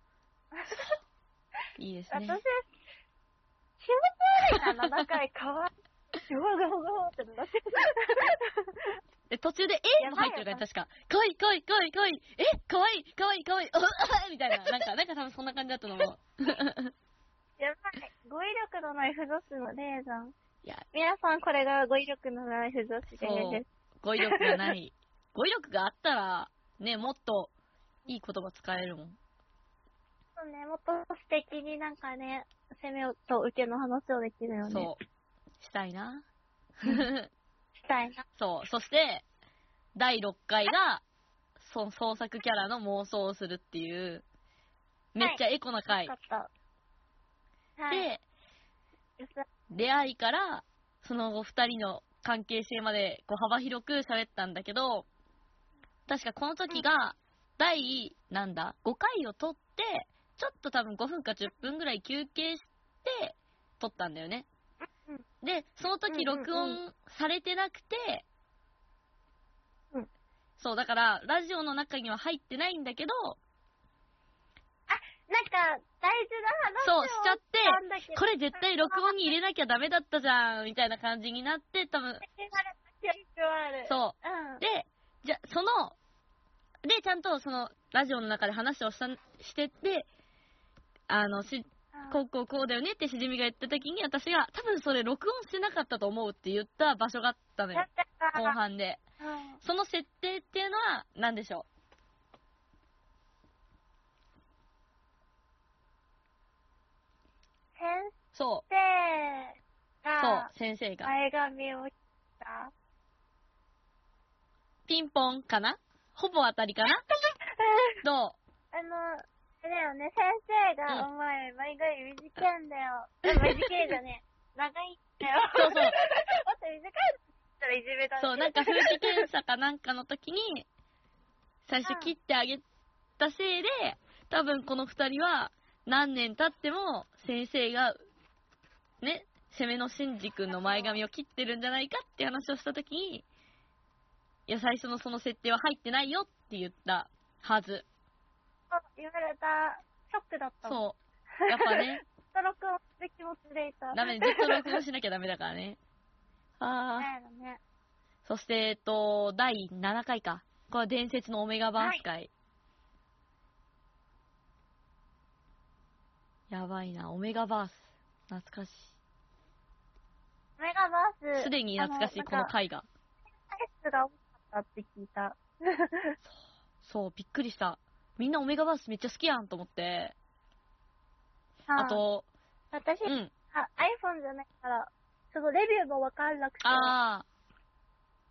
[SPEAKER 1] う。いいです
[SPEAKER 2] 私、
[SPEAKER 1] ね。
[SPEAKER 2] 気持ち悪いな、7回かわいい。すごい、すごい、すごいってなって。
[SPEAKER 1] で、途中で、え
[SPEAKER 2] や
[SPEAKER 1] も
[SPEAKER 2] ば
[SPEAKER 1] 入
[SPEAKER 2] い
[SPEAKER 1] ってる
[SPEAKER 2] よ
[SPEAKER 1] から、確か。かわいい、かわいい、かわいい、かわいい。えかわいい、かわいい、かわいい。おうあみたいな。なんか、なんか多分そんな感じだったのも。
[SPEAKER 2] [laughs] やばい。語彙力のない不女子のレーザン。
[SPEAKER 1] いや、
[SPEAKER 2] 皆さん、これが語彙力のない不女子です。
[SPEAKER 1] そう語彙力がない。語彙力があったら、ね、もっといい言葉使えるもん。
[SPEAKER 2] そうね、もっと素敵になんかね、攻めと受けの話をできるよね。
[SPEAKER 1] そう。したいな。
[SPEAKER 2] したいな。
[SPEAKER 1] [laughs] そう。そして、第6回が、そ創作キャラの妄想をするっていう、めっちゃエコな回。
[SPEAKER 2] よかった。はい。
[SPEAKER 1] で、
[SPEAKER 2] よっしゃ
[SPEAKER 1] 出会いから、その後2人の関係性までこう幅広く喋ったんだけど、確かこの時が、第、なんだ、5回を撮って、ちょっと多分5分か10分ぐらい休憩して、撮ったんだよね
[SPEAKER 2] うん。
[SPEAKER 1] で、その時
[SPEAKER 2] うんうんうん
[SPEAKER 1] 録音されてなくて
[SPEAKER 2] うん、
[SPEAKER 1] そう、だから、ラジオの中には入ってないんだけど、
[SPEAKER 2] なんか、大事な話
[SPEAKER 1] そ
[SPEAKER 2] を
[SPEAKER 1] うしちゃって
[SPEAKER 2] たんだけど
[SPEAKER 1] これ絶対録音に入れなきゃダメだったじゃん、みたいな感じになって、多分、
[SPEAKER 2] 言われた記憶はある。
[SPEAKER 1] そう
[SPEAKER 2] うん。
[SPEAKER 1] で、じゃ、その、で、ちゃんとその、ラジオの中で話をした、してって、あの、し、
[SPEAKER 2] うん
[SPEAKER 1] こうこうこうだよねってしじみが言った時に、私が、多分それ録音してなかったと思うって言った場所があったの
[SPEAKER 2] だ
[SPEAKER 1] よ
[SPEAKER 2] っ。たら
[SPEAKER 1] 後半で。
[SPEAKER 2] うん
[SPEAKER 1] その設定っていうのは、何でしょう
[SPEAKER 2] 先
[SPEAKER 1] そ
[SPEAKER 2] 生
[SPEAKER 1] う。そう
[SPEAKER 2] が、、
[SPEAKER 1] 先生が。
[SPEAKER 2] 前髪を
[SPEAKER 1] [laughs]
[SPEAKER 2] 切った。
[SPEAKER 1] ピンポンかなほぼ当たりかなど
[SPEAKER 2] あの、あれだよね、先生が、
[SPEAKER 1] う
[SPEAKER 2] お前、毎回短いん
[SPEAKER 1] [laughs]
[SPEAKER 2] だよ。え短いじゃねえ。長いんだよ。
[SPEAKER 1] そうそう
[SPEAKER 2] [laughs] もっと短いのったらいじめだ
[SPEAKER 1] う
[SPEAKER 2] ね
[SPEAKER 1] そう、なんか風紀検査かなんかの時に、最初切ってあげたせいで、多分この二人は、何年経っても先生が、ね、攻めのシンジ君の前髪を切ってるんじゃないかって話をした時に、いや、最初のその設定は入ってないよって言ったはず。
[SPEAKER 2] そう言われた、ショックだったもん。
[SPEAKER 1] そう。やっぱね、
[SPEAKER 2] ストロークをする気持ちでいた。
[SPEAKER 1] ダメ、ずっと録音しなきゃダメだからね。ああ。
[SPEAKER 2] だよね。
[SPEAKER 1] そして、えっと、第7回か。これは伝説のオメガバース会。やばいな、オメガバース。懐かし
[SPEAKER 2] メガバー
[SPEAKER 1] い。
[SPEAKER 2] ス。
[SPEAKER 1] すでに懐かしい、この回
[SPEAKER 2] 回。
[SPEAKER 1] が。
[SPEAKER 2] 体質が多かったって聞いた。
[SPEAKER 1] そう、びっくりした。みんなオメガバースめっちゃ好きやんと思って。
[SPEAKER 2] うん
[SPEAKER 1] あ、と、
[SPEAKER 2] 私、
[SPEAKER 1] うん。
[SPEAKER 2] あ iPhone じゃないから、そのレビューがわかんなくて、な
[SPEAKER 1] あ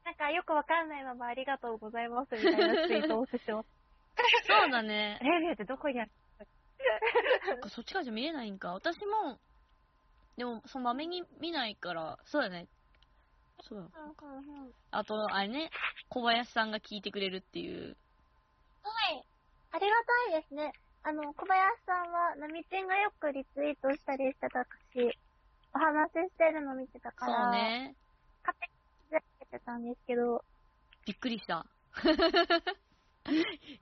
[SPEAKER 1] あ、
[SPEAKER 2] んかよくわかんないままありがとうございますみた
[SPEAKER 1] [laughs]
[SPEAKER 2] いなツイートをしてしまっ
[SPEAKER 1] そうだね
[SPEAKER 2] た。。 [laughs] レビューってどこにある
[SPEAKER 1] そっ [laughs] かそっちからじゃ見れないんか。私も、でも、そのまめに見ないから、そうだね。そうだ。
[SPEAKER 2] は
[SPEAKER 1] あと、あれね、小林さんが聞いてくれるっていう。
[SPEAKER 2] い。ありがたいですね。あの、小林さんは、なみちんがよくリツイートしたりしてたし、お話ししてるの見てた
[SPEAKER 1] そ
[SPEAKER 2] から、
[SPEAKER 1] うね。
[SPEAKER 2] 勝手に気づいてたんですけど、
[SPEAKER 1] びっくりした。 [laughs]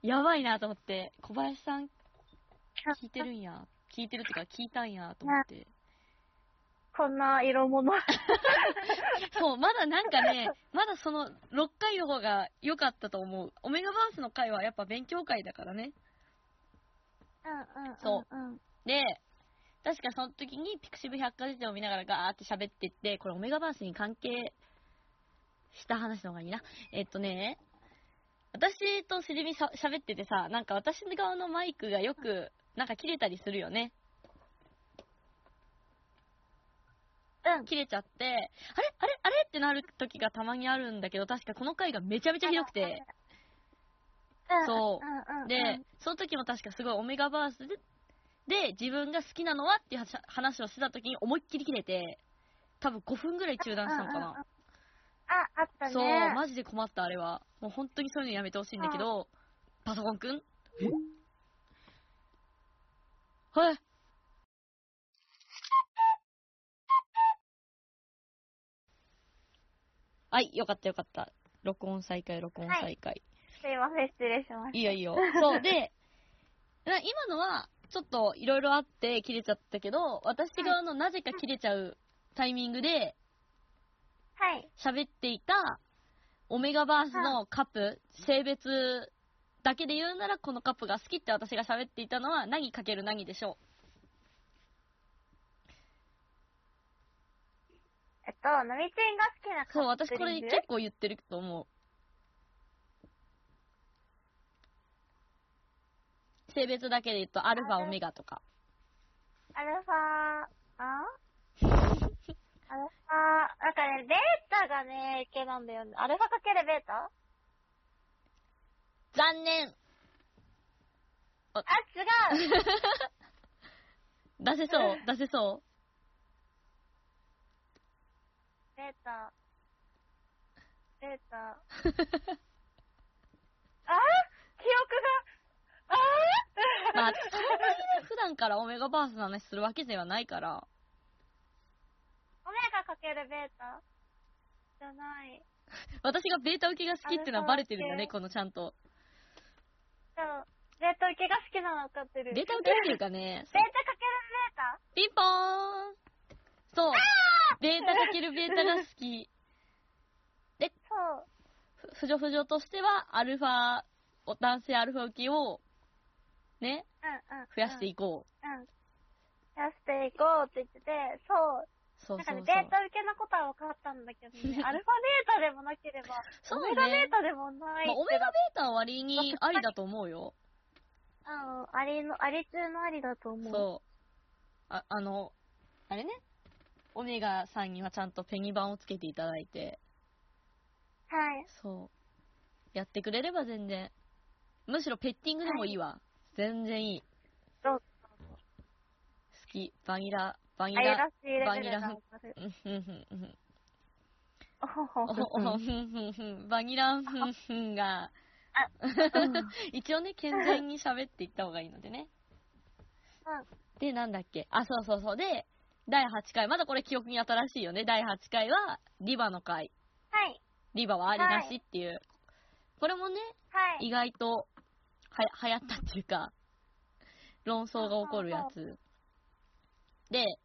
[SPEAKER 1] やばいなと思って、小林さん聞いてるんや。聞いてるっていうか、聞いたんやと思って。
[SPEAKER 2] こんな色物。
[SPEAKER 1] そう、まだなんかね、まだその6回の方が良かったと思う。オメガバースの回はやっぱ勉強会だからね。
[SPEAKER 2] うんうん。
[SPEAKER 1] そ
[SPEAKER 2] うん。
[SPEAKER 1] で、確かその時にピクシブ百科事典を見ながらガーって喋ってって、これオメガバースに関係した話の方がいいな。えっとね、私としじみさ喋っててさ、なんか私側のマイクがよく、なんか切れたりするよね。
[SPEAKER 2] うん。
[SPEAKER 1] 切れちゃって、あれあれあれってなる時がたまにあるんだけど、確かこの回がめちゃめちゃひどくて。
[SPEAKER 2] うん、
[SPEAKER 1] そ
[SPEAKER 2] うんうん、
[SPEAKER 1] で、その時も確かすごいオメガバースで、で、自分が好きなのはっていう話話をしてた時に思いっきり切れて、多分5分ぐらい中断したのか
[SPEAKER 2] うんうんうん
[SPEAKER 1] な。
[SPEAKER 2] あ、あったね。
[SPEAKER 1] そう、マジで困った、あれは。もう本当にそういうのやめてほしいんだけど、パソコンくんはい。はい、よかったよかった。録音再開、録音再開。
[SPEAKER 2] すいません、失礼しました。
[SPEAKER 1] いいよいいよ。そう、で、な今のは、ちょっといろいろあって切れちゃったけど、私側のなぜか切れちゃうタイミングで
[SPEAKER 2] はい。
[SPEAKER 1] 喋っていた、オメガバースのカップ、性別だけで言うならこのカップが好きって私が喋っていたのは何かける何でしょ
[SPEAKER 2] えっと、のみちんが好きな
[SPEAKER 1] う
[SPEAKER 2] カップリング
[SPEAKER 1] そう、私これ結構言ってると思う。性別だけで言うとアルファ、オメガとか。
[SPEAKER 2] アルファ、あ
[SPEAKER 1] [laughs]
[SPEAKER 2] アルファ、なんかね、ベータがね、系なんだよね。アルファかけるベータ
[SPEAKER 1] 残念
[SPEAKER 2] あ、
[SPEAKER 1] [laughs]
[SPEAKER 2] 違う
[SPEAKER 1] 出せそう出せそう
[SPEAKER 2] ベータ。ベータ。
[SPEAKER 1] [laughs]
[SPEAKER 2] あ記憶が、あ
[SPEAKER 1] [laughs] まあ、私そんなにね普段からオメガバースの話するわけではないから、
[SPEAKER 2] [laughs] オメガかけるベータじゃない。
[SPEAKER 1] 私がベータ受けが好きってのはバレてるんだ
[SPEAKER 2] あ
[SPEAKER 1] ね、
[SPEAKER 2] そう
[SPEAKER 1] このちゃんと。
[SPEAKER 2] そう。データ受けが好きなの分かってる。
[SPEAKER 1] データ受けっていうかね、
[SPEAKER 2] データかけるデータ
[SPEAKER 1] ピンポーンそう。ベータかけるベータが好き。
[SPEAKER 2] そう。
[SPEAKER 1] ふ女ふ女としては、アルファ、お男性アルファ受けを、ね、
[SPEAKER 2] うんうん。
[SPEAKER 1] 増やしていこう。
[SPEAKER 2] うん。増やしていこうって言ってて、そう。
[SPEAKER 1] そう
[SPEAKER 2] な
[SPEAKER 1] そう
[SPEAKER 2] んかね、データ受けのことは分かったんだけ
[SPEAKER 1] [laughs]
[SPEAKER 2] どね、アルファデータでもなければ、
[SPEAKER 1] そう。
[SPEAKER 2] オ
[SPEAKER 1] そう
[SPEAKER 2] メガデ
[SPEAKER 1] ね
[SPEAKER 2] ー。タでもない
[SPEAKER 1] まあ、オメガベータは割に
[SPEAKER 2] わか
[SPEAKER 1] あ
[SPEAKER 2] んな
[SPEAKER 1] り
[SPEAKER 2] い
[SPEAKER 1] だと思うよ。
[SPEAKER 2] うん、ありの、あり中のありだと思う。
[SPEAKER 1] そう。あ、あの、あれね。オメガさんにはちゃんとペニ版をつけていただいて、
[SPEAKER 2] はい。
[SPEAKER 1] そう。やってくれれば全然。むしろペッティングでもいいわ。全然いい。
[SPEAKER 2] そう
[SPEAKER 1] 好き。バニラ、バニ
[SPEAKER 2] あれ
[SPEAKER 1] ラ
[SPEAKER 2] ら。しいレベルがわかる。
[SPEAKER 1] うんふんふんふん
[SPEAKER 2] おほほ
[SPEAKER 1] お
[SPEAKER 2] ほ
[SPEAKER 1] おおふんふんふんバニラふんふんが、
[SPEAKER 2] うん
[SPEAKER 1] [laughs] 一応ね、健全に喋っていった方がいいのでね。で、なんだっけ。あ、そうそうそう。で、第8回。まだこれ記憶に新しいよね。第8回は、リバの回。
[SPEAKER 2] はい。
[SPEAKER 1] リバはありなしっていう。これもね、
[SPEAKER 2] はい。
[SPEAKER 1] 意外と、はや、流行ったっていうか、論争が起こるやつ。で、
[SPEAKER 2] ね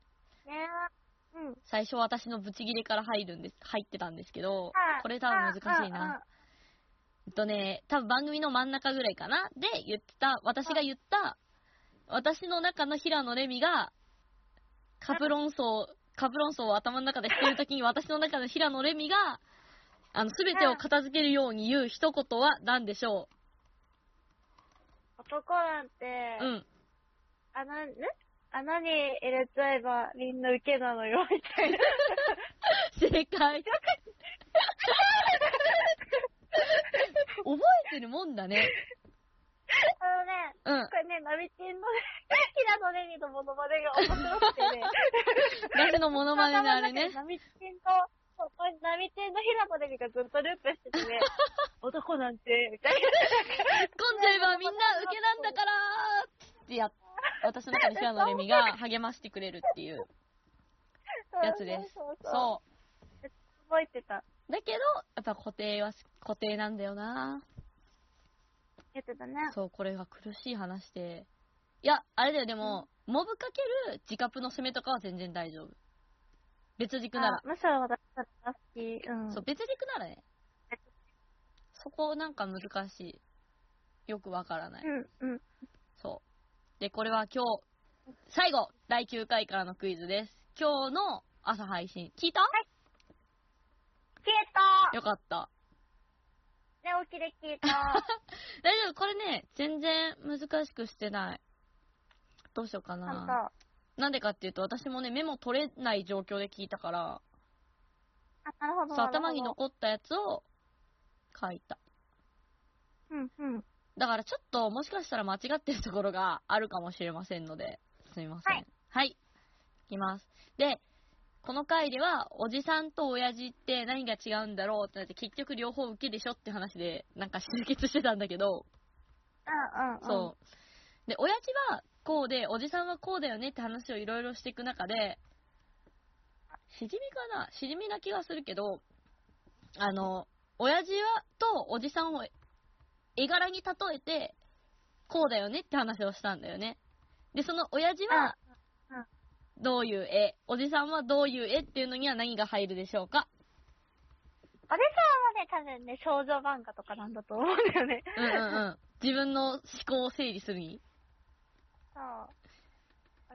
[SPEAKER 2] うん。はい。
[SPEAKER 1] 最初私のブチギレから入るんです、入ってたんですけど、これ多分難しいな。えっとね、多分番組の真ん中ぐらいかなで、言ってた、私が言った、私の中の平野レミが、カプロン層、カプロン層を頭の中でしてるときに、私の中の平野レミが、あの、すべてを片付けるように言う一言は何でしょ
[SPEAKER 2] うんうん男なんて、
[SPEAKER 1] ううん。
[SPEAKER 2] 穴、ね穴に入れちゃえばみんな受けなのよ、み
[SPEAKER 1] [laughs]
[SPEAKER 2] たいな。
[SPEAKER 1] 正解。覚えてるもんだね。
[SPEAKER 2] あのね、
[SPEAKER 1] うん。
[SPEAKER 2] これね、ナビチンのね、平野レミのモノマネが面白くてね。
[SPEAKER 1] 私の [laughs] モノマネであれ
[SPEAKER 2] [laughs]
[SPEAKER 1] ね。
[SPEAKER 2] ナミチンと、そうこれナミチンの平野レミがずっとループしてて
[SPEAKER 1] [laughs]
[SPEAKER 2] ね、男なんて、みたいな。
[SPEAKER 1] 突っ込んじゃえばみんな受けなんだからーってやっ、私の中に平野レミが励ましてくれるっていう。やつです
[SPEAKER 2] そうそうそう。
[SPEAKER 1] そう。
[SPEAKER 2] 覚えてた。
[SPEAKER 1] だけど、やっぱ固定は、固定なんだよな
[SPEAKER 2] やってたね。
[SPEAKER 1] そう、これが苦しい話で。いや、あれだよ、でも、モブかける自カプの攻めとかは全然大丈夫。別軸なら
[SPEAKER 2] あ。むしろ私たちが好き。うん。
[SPEAKER 1] そう、別軸ならね。そこなんか難しい。よくわからない。
[SPEAKER 2] うん、うん。
[SPEAKER 1] そう。で、これは今日、最後、第9回からのクイズです。今日の朝配信。聞いた
[SPEAKER 2] 消えた
[SPEAKER 1] よかった。
[SPEAKER 2] 寝起きで消え
[SPEAKER 1] [laughs]
[SPEAKER 2] た。
[SPEAKER 1] 大丈夫、これね、全然難しくしてない。どうしようか
[SPEAKER 2] な
[SPEAKER 1] な。
[SPEAKER 2] んか、
[SPEAKER 1] なんでかっていうと、私もね、メモ取れない状況で聞いたから、
[SPEAKER 2] あ、なるほど。
[SPEAKER 1] そう、頭に
[SPEAKER 2] の。
[SPEAKER 1] 残ったやつを書いた。
[SPEAKER 2] うん、うん。
[SPEAKER 1] だからちょっと、もしかしたら間違ってるところがあるかもしれませんので、すみません。
[SPEAKER 2] は
[SPEAKER 1] はい。い。きます。で、この回では、おじさんと親父って何が違うんだろうってなって、結局両方受けでしょって話で、なんか集結してたんだけど、
[SPEAKER 2] うん、うん。
[SPEAKER 1] そう。で、親父はこうで、おじさんはこうだよねって話をいろいろしていく中で、しじみかなしじみな気がするけど、あの、親父は、とおじさんを絵柄に例えて、こうだよねって話をしたんだよね。で、その親父は
[SPEAKER 2] うんう、
[SPEAKER 1] どういう絵、おじさんはどういう絵っていうのには何が入るでしょうか
[SPEAKER 2] おじさんはね、多分ね、少女漫画とかなんだと思うんだよね。
[SPEAKER 1] うんうんうん。自分の思考を整理するに。
[SPEAKER 2] そう。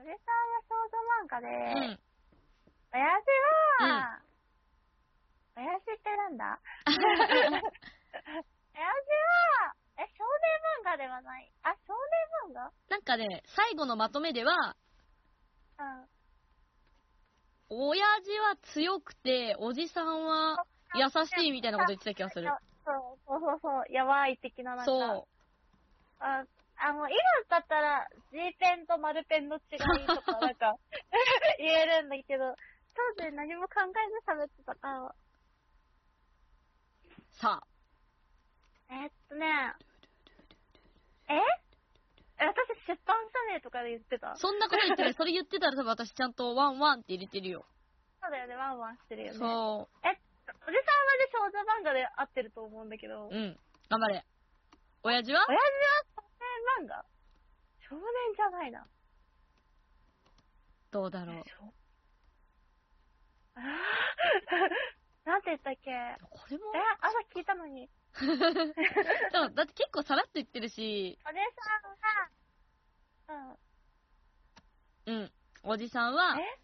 [SPEAKER 2] おじさんは少女漫画で、
[SPEAKER 1] うん。 [laughs]
[SPEAKER 2] 親父は、親父ってなんだ親父は、え、少年漫画ではない。あ、少年漫画
[SPEAKER 1] なんかね、最後のまとめでは、
[SPEAKER 2] うん。
[SPEAKER 1] 親父は強くて、おじさんは優しいみたいなこと言ってた気がする。
[SPEAKER 2] そうそうそうそう、やばい的ななんか。
[SPEAKER 1] そう。
[SPEAKER 2] ああの、今だったら、G ペンと丸ペンの違いとか、な
[SPEAKER 1] [laughs]
[SPEAKER 2] んか、言えるんだけど、当時何も考えず喋ってたから、
[SPEAKER 1] さあ、
[SPEAKER 2] えーっとね、ええ私、出版社名とかで言ってたそ
[SPEAKER 1] そんなこと言っ
[SPEAKER 2] [laughs]
[SPEAKER 1] てる。それ言ってたら多分私ちゃんとワンワンって入れてるよ。
[SPEAKER 2] うだよね、ワンワンしてるよね。おじ
[SPEAKER 1] そ
[SPEAKER 2] さんはね、少女漫画で合ってると思うんだけど、
[SPEAKER 1] う。うん。頑張れ。親父は
[SPEAKER 2] 親父は少漫画少年じゃないな。
[SPEAKER 1] どうだろう。
[SPEAKER 2] 少あーなんて言ったっけえ、
[SPEAKER 1] これも、
[SPEAKER 2] 朝聞いたのに。
[SPEAKER 1] [laughs] そうだって結構さらっと言ってるし、
[SPEAKER 2] お姉さんは、うん。
[SPEAKER 1] うん、おじさんは、
[SPEAKER 2] え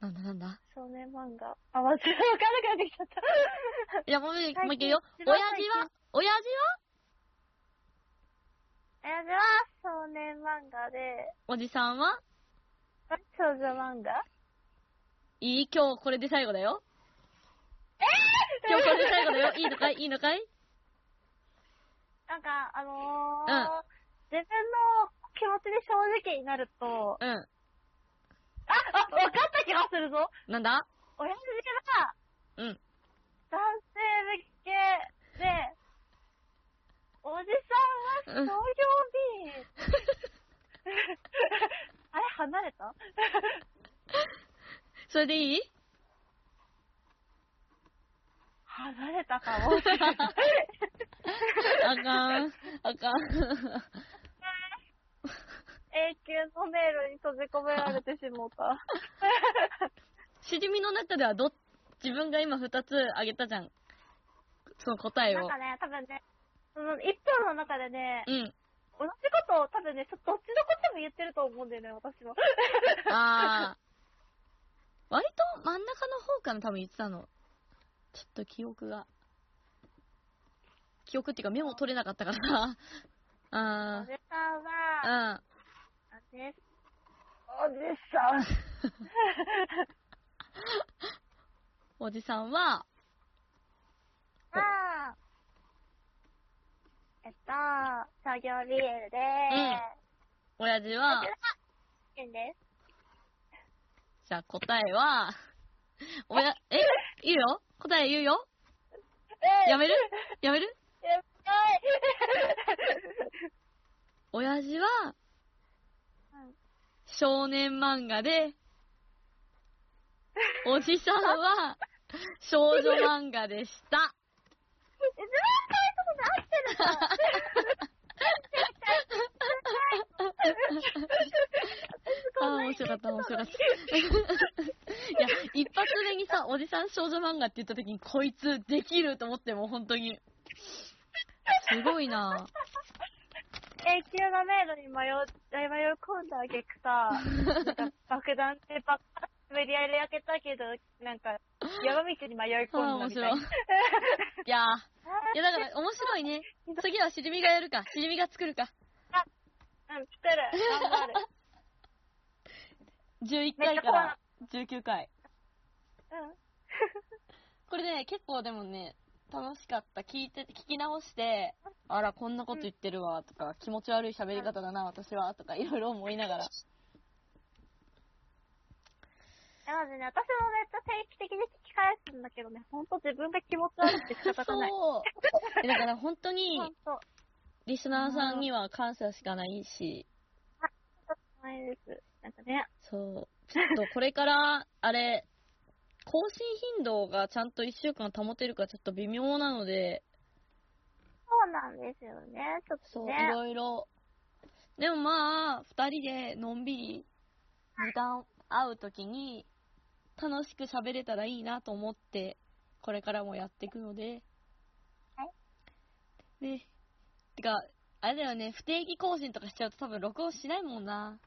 [SPEAKER 1] なんだなんだ
[SPEAKER 2] 少年漫画。あ、忘れ、わかんなくなってきちゃった。
[SPEAKER 1] いや、もうもう一
[SPEAKER 2] 近
[SPEAKER 1] 回言うよ。
[SPEAKER 2] 一
[SPEAKER 1] 親父
[SPEAKER 2] 番
[SPEAKER 1] は
[SPEAKER 2] 最
[SPEAKER 1] 親
[SPEAKER 2] 近
[SPEAKER 1] 父は
[SPEAKER 2] 親父は少年漫画で、
[SPEAKER 1] おじさんは
[SPEAKER 2] 少女漫画
[SPEAKER 1] いい今日これで最後だよ。
[SPEAKER 2] え
[SPEAKER 1] 今日これで最後だよ。いいのかいいいのかい
[SPEAKER 2] [laughs] なんか、あのー
[SPEAKER 1] うん
[SPEAKER 2] 自分の気持ちで正直になると、
[SPEAKER 1] うん。
[SPEAKER 2] あ、あ、わかった気がするぞ
[SPEAKER 1] なんだ
[SPEAKER 2] 親父が
[SPEAKER 1] うん。
[SPEAKER 2] 男性向けで、おじさんは商業 B。あれ、離れ
[SPEAKER 1] [laughs]
[SPEAKER 2] た
[SPEAKER 1] それで
[SPEAKER 2] [laughs]
[SPEAKER 1] いい
[SPEAKER 2] 離れ
[SPEAKER 1] [laughs]
[SPEAKER 2] たかも。
[SPEAKER 1] あかん。あかん。
[SPEAKER 2] 永久の迷路に閉じ込められてしもうた。
[SPEAKER 1] しじみの中ではど、自分が今2つあげたじゃん。その答え
[SPEAKER 2] なん
[SPEAKER 1] を
[SPEAKER 2] か。ね、多分ね、その一票の中でね、
[SPEAKER 1] うん。
[SPEAKER 2] 同じことを多分ね、ちょっとどっちのこっちも言ってると思うんだよね、私は。
[SPEAKER 1] ああ。割と真ん中の方から多分言ってたの。ちょっと記憶が。記憶っていうかメモ取れなかったからさ。
[SPEAKER 2] お
[SPEAKER 1] あ
[SPEAKER 2] じさん
[SPEAKER 1] あ。う
[SPEAKER 2] は、
[SPEAKER 1] ん。
[SPEAKER 2] あねおじさん。
[SPEAKER 1] おじさんは、
[SPEAKER 2] ああ。えっと、商業ビールで、
[SPEAKER 1] 親父
[SPEAKER 2] [laughs]
[SPEAKER 1] は、
[SPEAKER 2] いいんです。
[SPEAKER 1] じゃあ答えは、おや、え、言うよ答え言うよやめるやめる
[SPEAKER 2] やばい。 [laughs]
[SPEAKER 1] 親父は、少年漫画で、おじさんは、少女漫画で [laughs] した。
[SPEAKER 2] 一番最初の合ってる
[SPEAKER 1] ああ、面白かった、面白かった。いや、一発目にさ、おじさん少女漫画って言った時に、こいつできると思って、もう本当に。すごいな
[SPEAKER 2] 永久の迷路に迷う迷い込んだあげくさ、なんか爆弾で爆発滑り合いで焼けたけど、なんか、山道に迷い
[SPEAKER 1] ああ
[SPEAKER 2] 込んだ
[SPEAKER 1] 面
[SPEAKER 2] みたい
[SPEAKER 1] 白いい
[SPEAKER 2] な。。
[SPEAKER 1] やーいや、だから面白いね。次はしじみがやるか。しじみが作るか。
[SPEAKER 2] うん、来てる。頑張る。
[SPEAKER 1] 11回から19回。
[SPEAKER 2] うん。
[SPEAKER 1] これね、結構でもね、楽しかった。聞いて、聞き直して、あら、こんなこと言ってるわ、とか、気持ち悪い喋り方だな、私は、とか、いろいろ思いながら。
[SPEAKER 2] いやまずね、私もめっちゃ定期的に聞き返すんだけどね、ほんと自分が気持ち悪くて仕方がない。
[SPEAKER 1] そう。でだから本当に
[SPEAKER 2] [laughs] ほ、んと、
[SPEAKER 1] リスナーさんには感謝しかないし、
[SPEAKER 2] ないです。なんかね、
[SPEAKER 1] そう。ちょっとこれから、あれ、更新頻度がちゃんと1週間保てるかちょっと微妙なので、
[SPEAKER 2] そうなんですよね、ちょっ
[SPEAKER 1] そ
[SPEAKER 2] と
[SPEAKER 1] う、
[SPEAKER 2] ね。
[SPEAKER 1] いろいろ。でもまあ、二人でのんびり、時間会うときに、楽しく喋れたらいいなと思って、これからもやっていくので。
[SPEAKER 2] は
[SPEAKER 1] ね。てか、あれだよね、不定期更新とかしちゃうと多分録音しないもんな。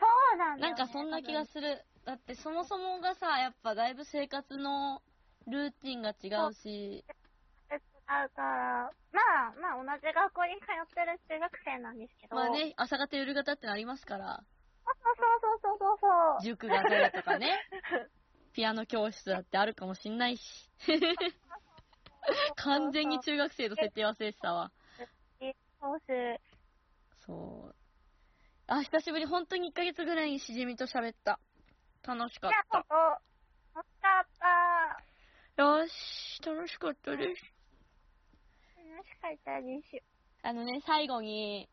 [SPEAKER 2] そうなんだ
[SPEAKER 1] な
[SPEAKER 2] よ、ね。
[SPEAKER 1] んかそんな気が
[SPEAKER 2] す
[SPEAKER 1] する。だってそもそもがさ、やっぱだいぶ生活のルーティンが違うし、
[SPEAKER 2] る。あうから、まあ、まあ同じ学校に通ってる中学生なんですけど。
[SPEAKER 1] まあ。ね、朝方夜方ってのありますから、
[SPEAKER 2] そうそうそうそうそう。
[SPEAKER 1] 塾がどうとか
[SPEAKER 2] [laughs]
[SPEAKER 1] ね。ピアノ教室だってあるかもしんないし。完全に中学生の設定忘れてたわ。
[SPEAKER 2] そうす。
[SPEAKER 1] そう。あ、久しぶり。本当に1ヶ月ぐらいにしじみと喋った。楽しかっ
[SPEAKER 2] いや、ほん
[SPEAKER 1] た。
[SPEAKER 2] と、楽しかった。
[SPEAKER 1] よし、楽しかったです。
[SPEAKER 2] 楽しかったです。
[SPEAKER 1] あのね、最後に、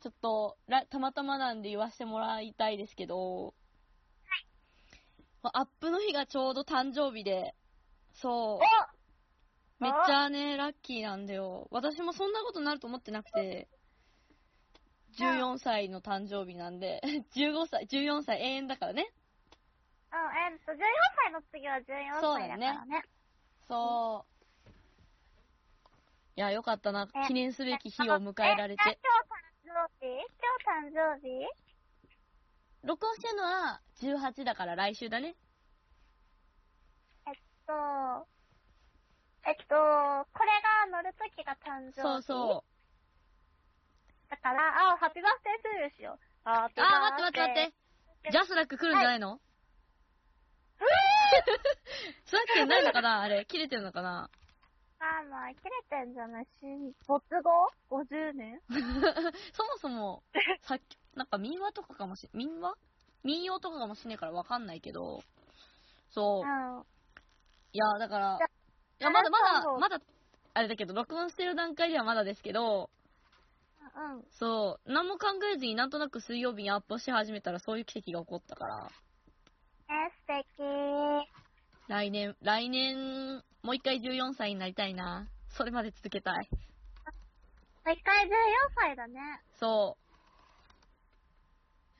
[SPEAKER 1] ちょっと、らたまたまなんで言わせてもらいたいですけど、アップの日がちょうど誕生日で、そう。
[SPEAKER 2] お
[SPEAKER 1] めっちゃね、ラッキーなんだよ。私もそんなことになると思ってなくて、14歳の誕生日なんで、15歳、14歳永遠だからね。
[SPEAKER 2] うん、えっと、14歳の次は14
[SPEAKER 1] そうだ
[SPEAKER 2] 歳だか
[SPEAKER 1] ね
[SPEAKER 2] らね。
[SPEAKER 1] そう。いや、よかったな
[SPEAKER 2] え。
[SPEAKER 1] 記念すべき日を迎えられ
[SPEAKER 2] え
[SPEAKER 1] て。
[SPEAKER 2] じゃあ今日誕生日今日誕生日
[SPEAKER 1] 録音してるのは18だから来週だね。
[SPEAKER 2] えっと、えっと、これが乗るときが誕生日。
[SPEAKER 1] そうそう。
[SPEAKER 2] だから、あ、ハッピーバースデートゥーユーしよう。あ
[SPEAKER 1] あー、待って待って待って。ジャスラック来るんじゃないの、 [laughs] スラックないのかなあれ、切れてるのかな
[SPEAKER 2] あー、まあ、切れてんじゃない新没後 ?50 年
[SPEAKER 1] そもそも、さっき、なんか民話とかかもし、民話民謡とかかもしれないからわかんないけど、そうう。
[SPEAKER 2] ん。
[SPEAKER 1] いや、だから
[SPEAKER 2] じゃ、
[SPEAKER 1] いや、まだま
[SPEAKER 2] あなた
[SPEAKER 1] だ、
[SPEAKER 2] も
[SPEAKER 1] まだ、あれだけど、録音してる段階ではまだですけど、
[SPEAKER 2] うん。
[SPEAKER 1] そう、何も考えずになんとなく水曜日にアップし始めたらそういう奇跡が起こったから、
[SPEAKER 2] えー、素敵ー。
[SPEAKER 1] 来年、来年、もう一回14歳になりたいな。それまで続けたい。
[SPEAKER 2] 一回14歳だね。
[SPEAKER 1] そう。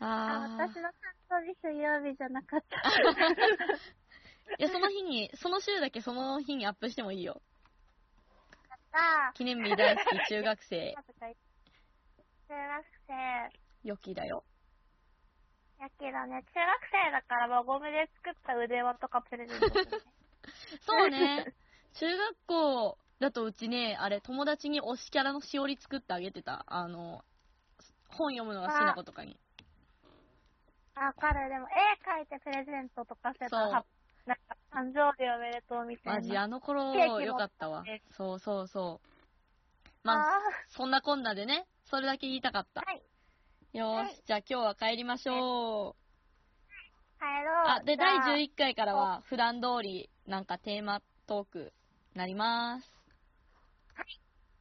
[SPEAKER 2] あ、
[SPEAKER 1] ああ。
[SPEAKER 2] 私の誕生日水曜日じゃなかった。
[SPEAKER 1] [laughs] いや、その日に、その週だけその日にアップしてもいいよ。
[SPEAKER 2] [laughs] あ、
[SPEAKER 1] 記念日大好き中学生、 [laughs]
[SPEAKER 2] 中学生。
[SPEAKER 1] 良きだよ。
[SPEAKER 2] やけどね、中学生だから輪ゴムで作った腕輪とかプレゼントするね。
[SPEAKER 1] そうね。中学校だとうちね、あれ、友達に推しキャラのしおり作ってあげてた。あの、本読むのが好きな子とかに。
[SPEAKER 2] あ、わかる。でも絵描いてプレゼントとかしてたら、
[SPEAKER 1] そう
[SPEAKER 2] はなんか誕生日おめでとうみたい
[SPEAKER 1] マ
[SPEAKER 2] な。
[SPEAKER 1] ジ、あの頃、
[SPEAKER 2] ケーキも
[SPEAKER 1] 良かったわ
[SPEAKER 2] 買って。
[SPEAKER 1] そうそうそう。
[SPEAKER 2] あ
[SPEAKER 1] まあ、そんなこんなでね、それだけ言いたかった
[SPEAKER 2] ー、。はい。
[SPEAKER 1] よーし、じゃあ今日は帰りましょう。
[SPEAKER 2] 帰ろう。
[SPEAKER 1] あ、で、
[SPEAKER 2] じゃ
[SPEAKER 1] 第
[SPEAKER 2] あ
[SPEAKER 1] 11回からは、普段通り、なんかテーマトーク、なります。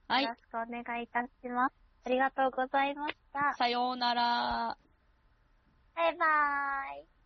[SPEAKER 1] はい。
[SPEAKER 2] よろしくお願いいたします。ありがとうございました。
[SPEAKER 1] さようなら。
[SPEAKER 2] バイバーイ。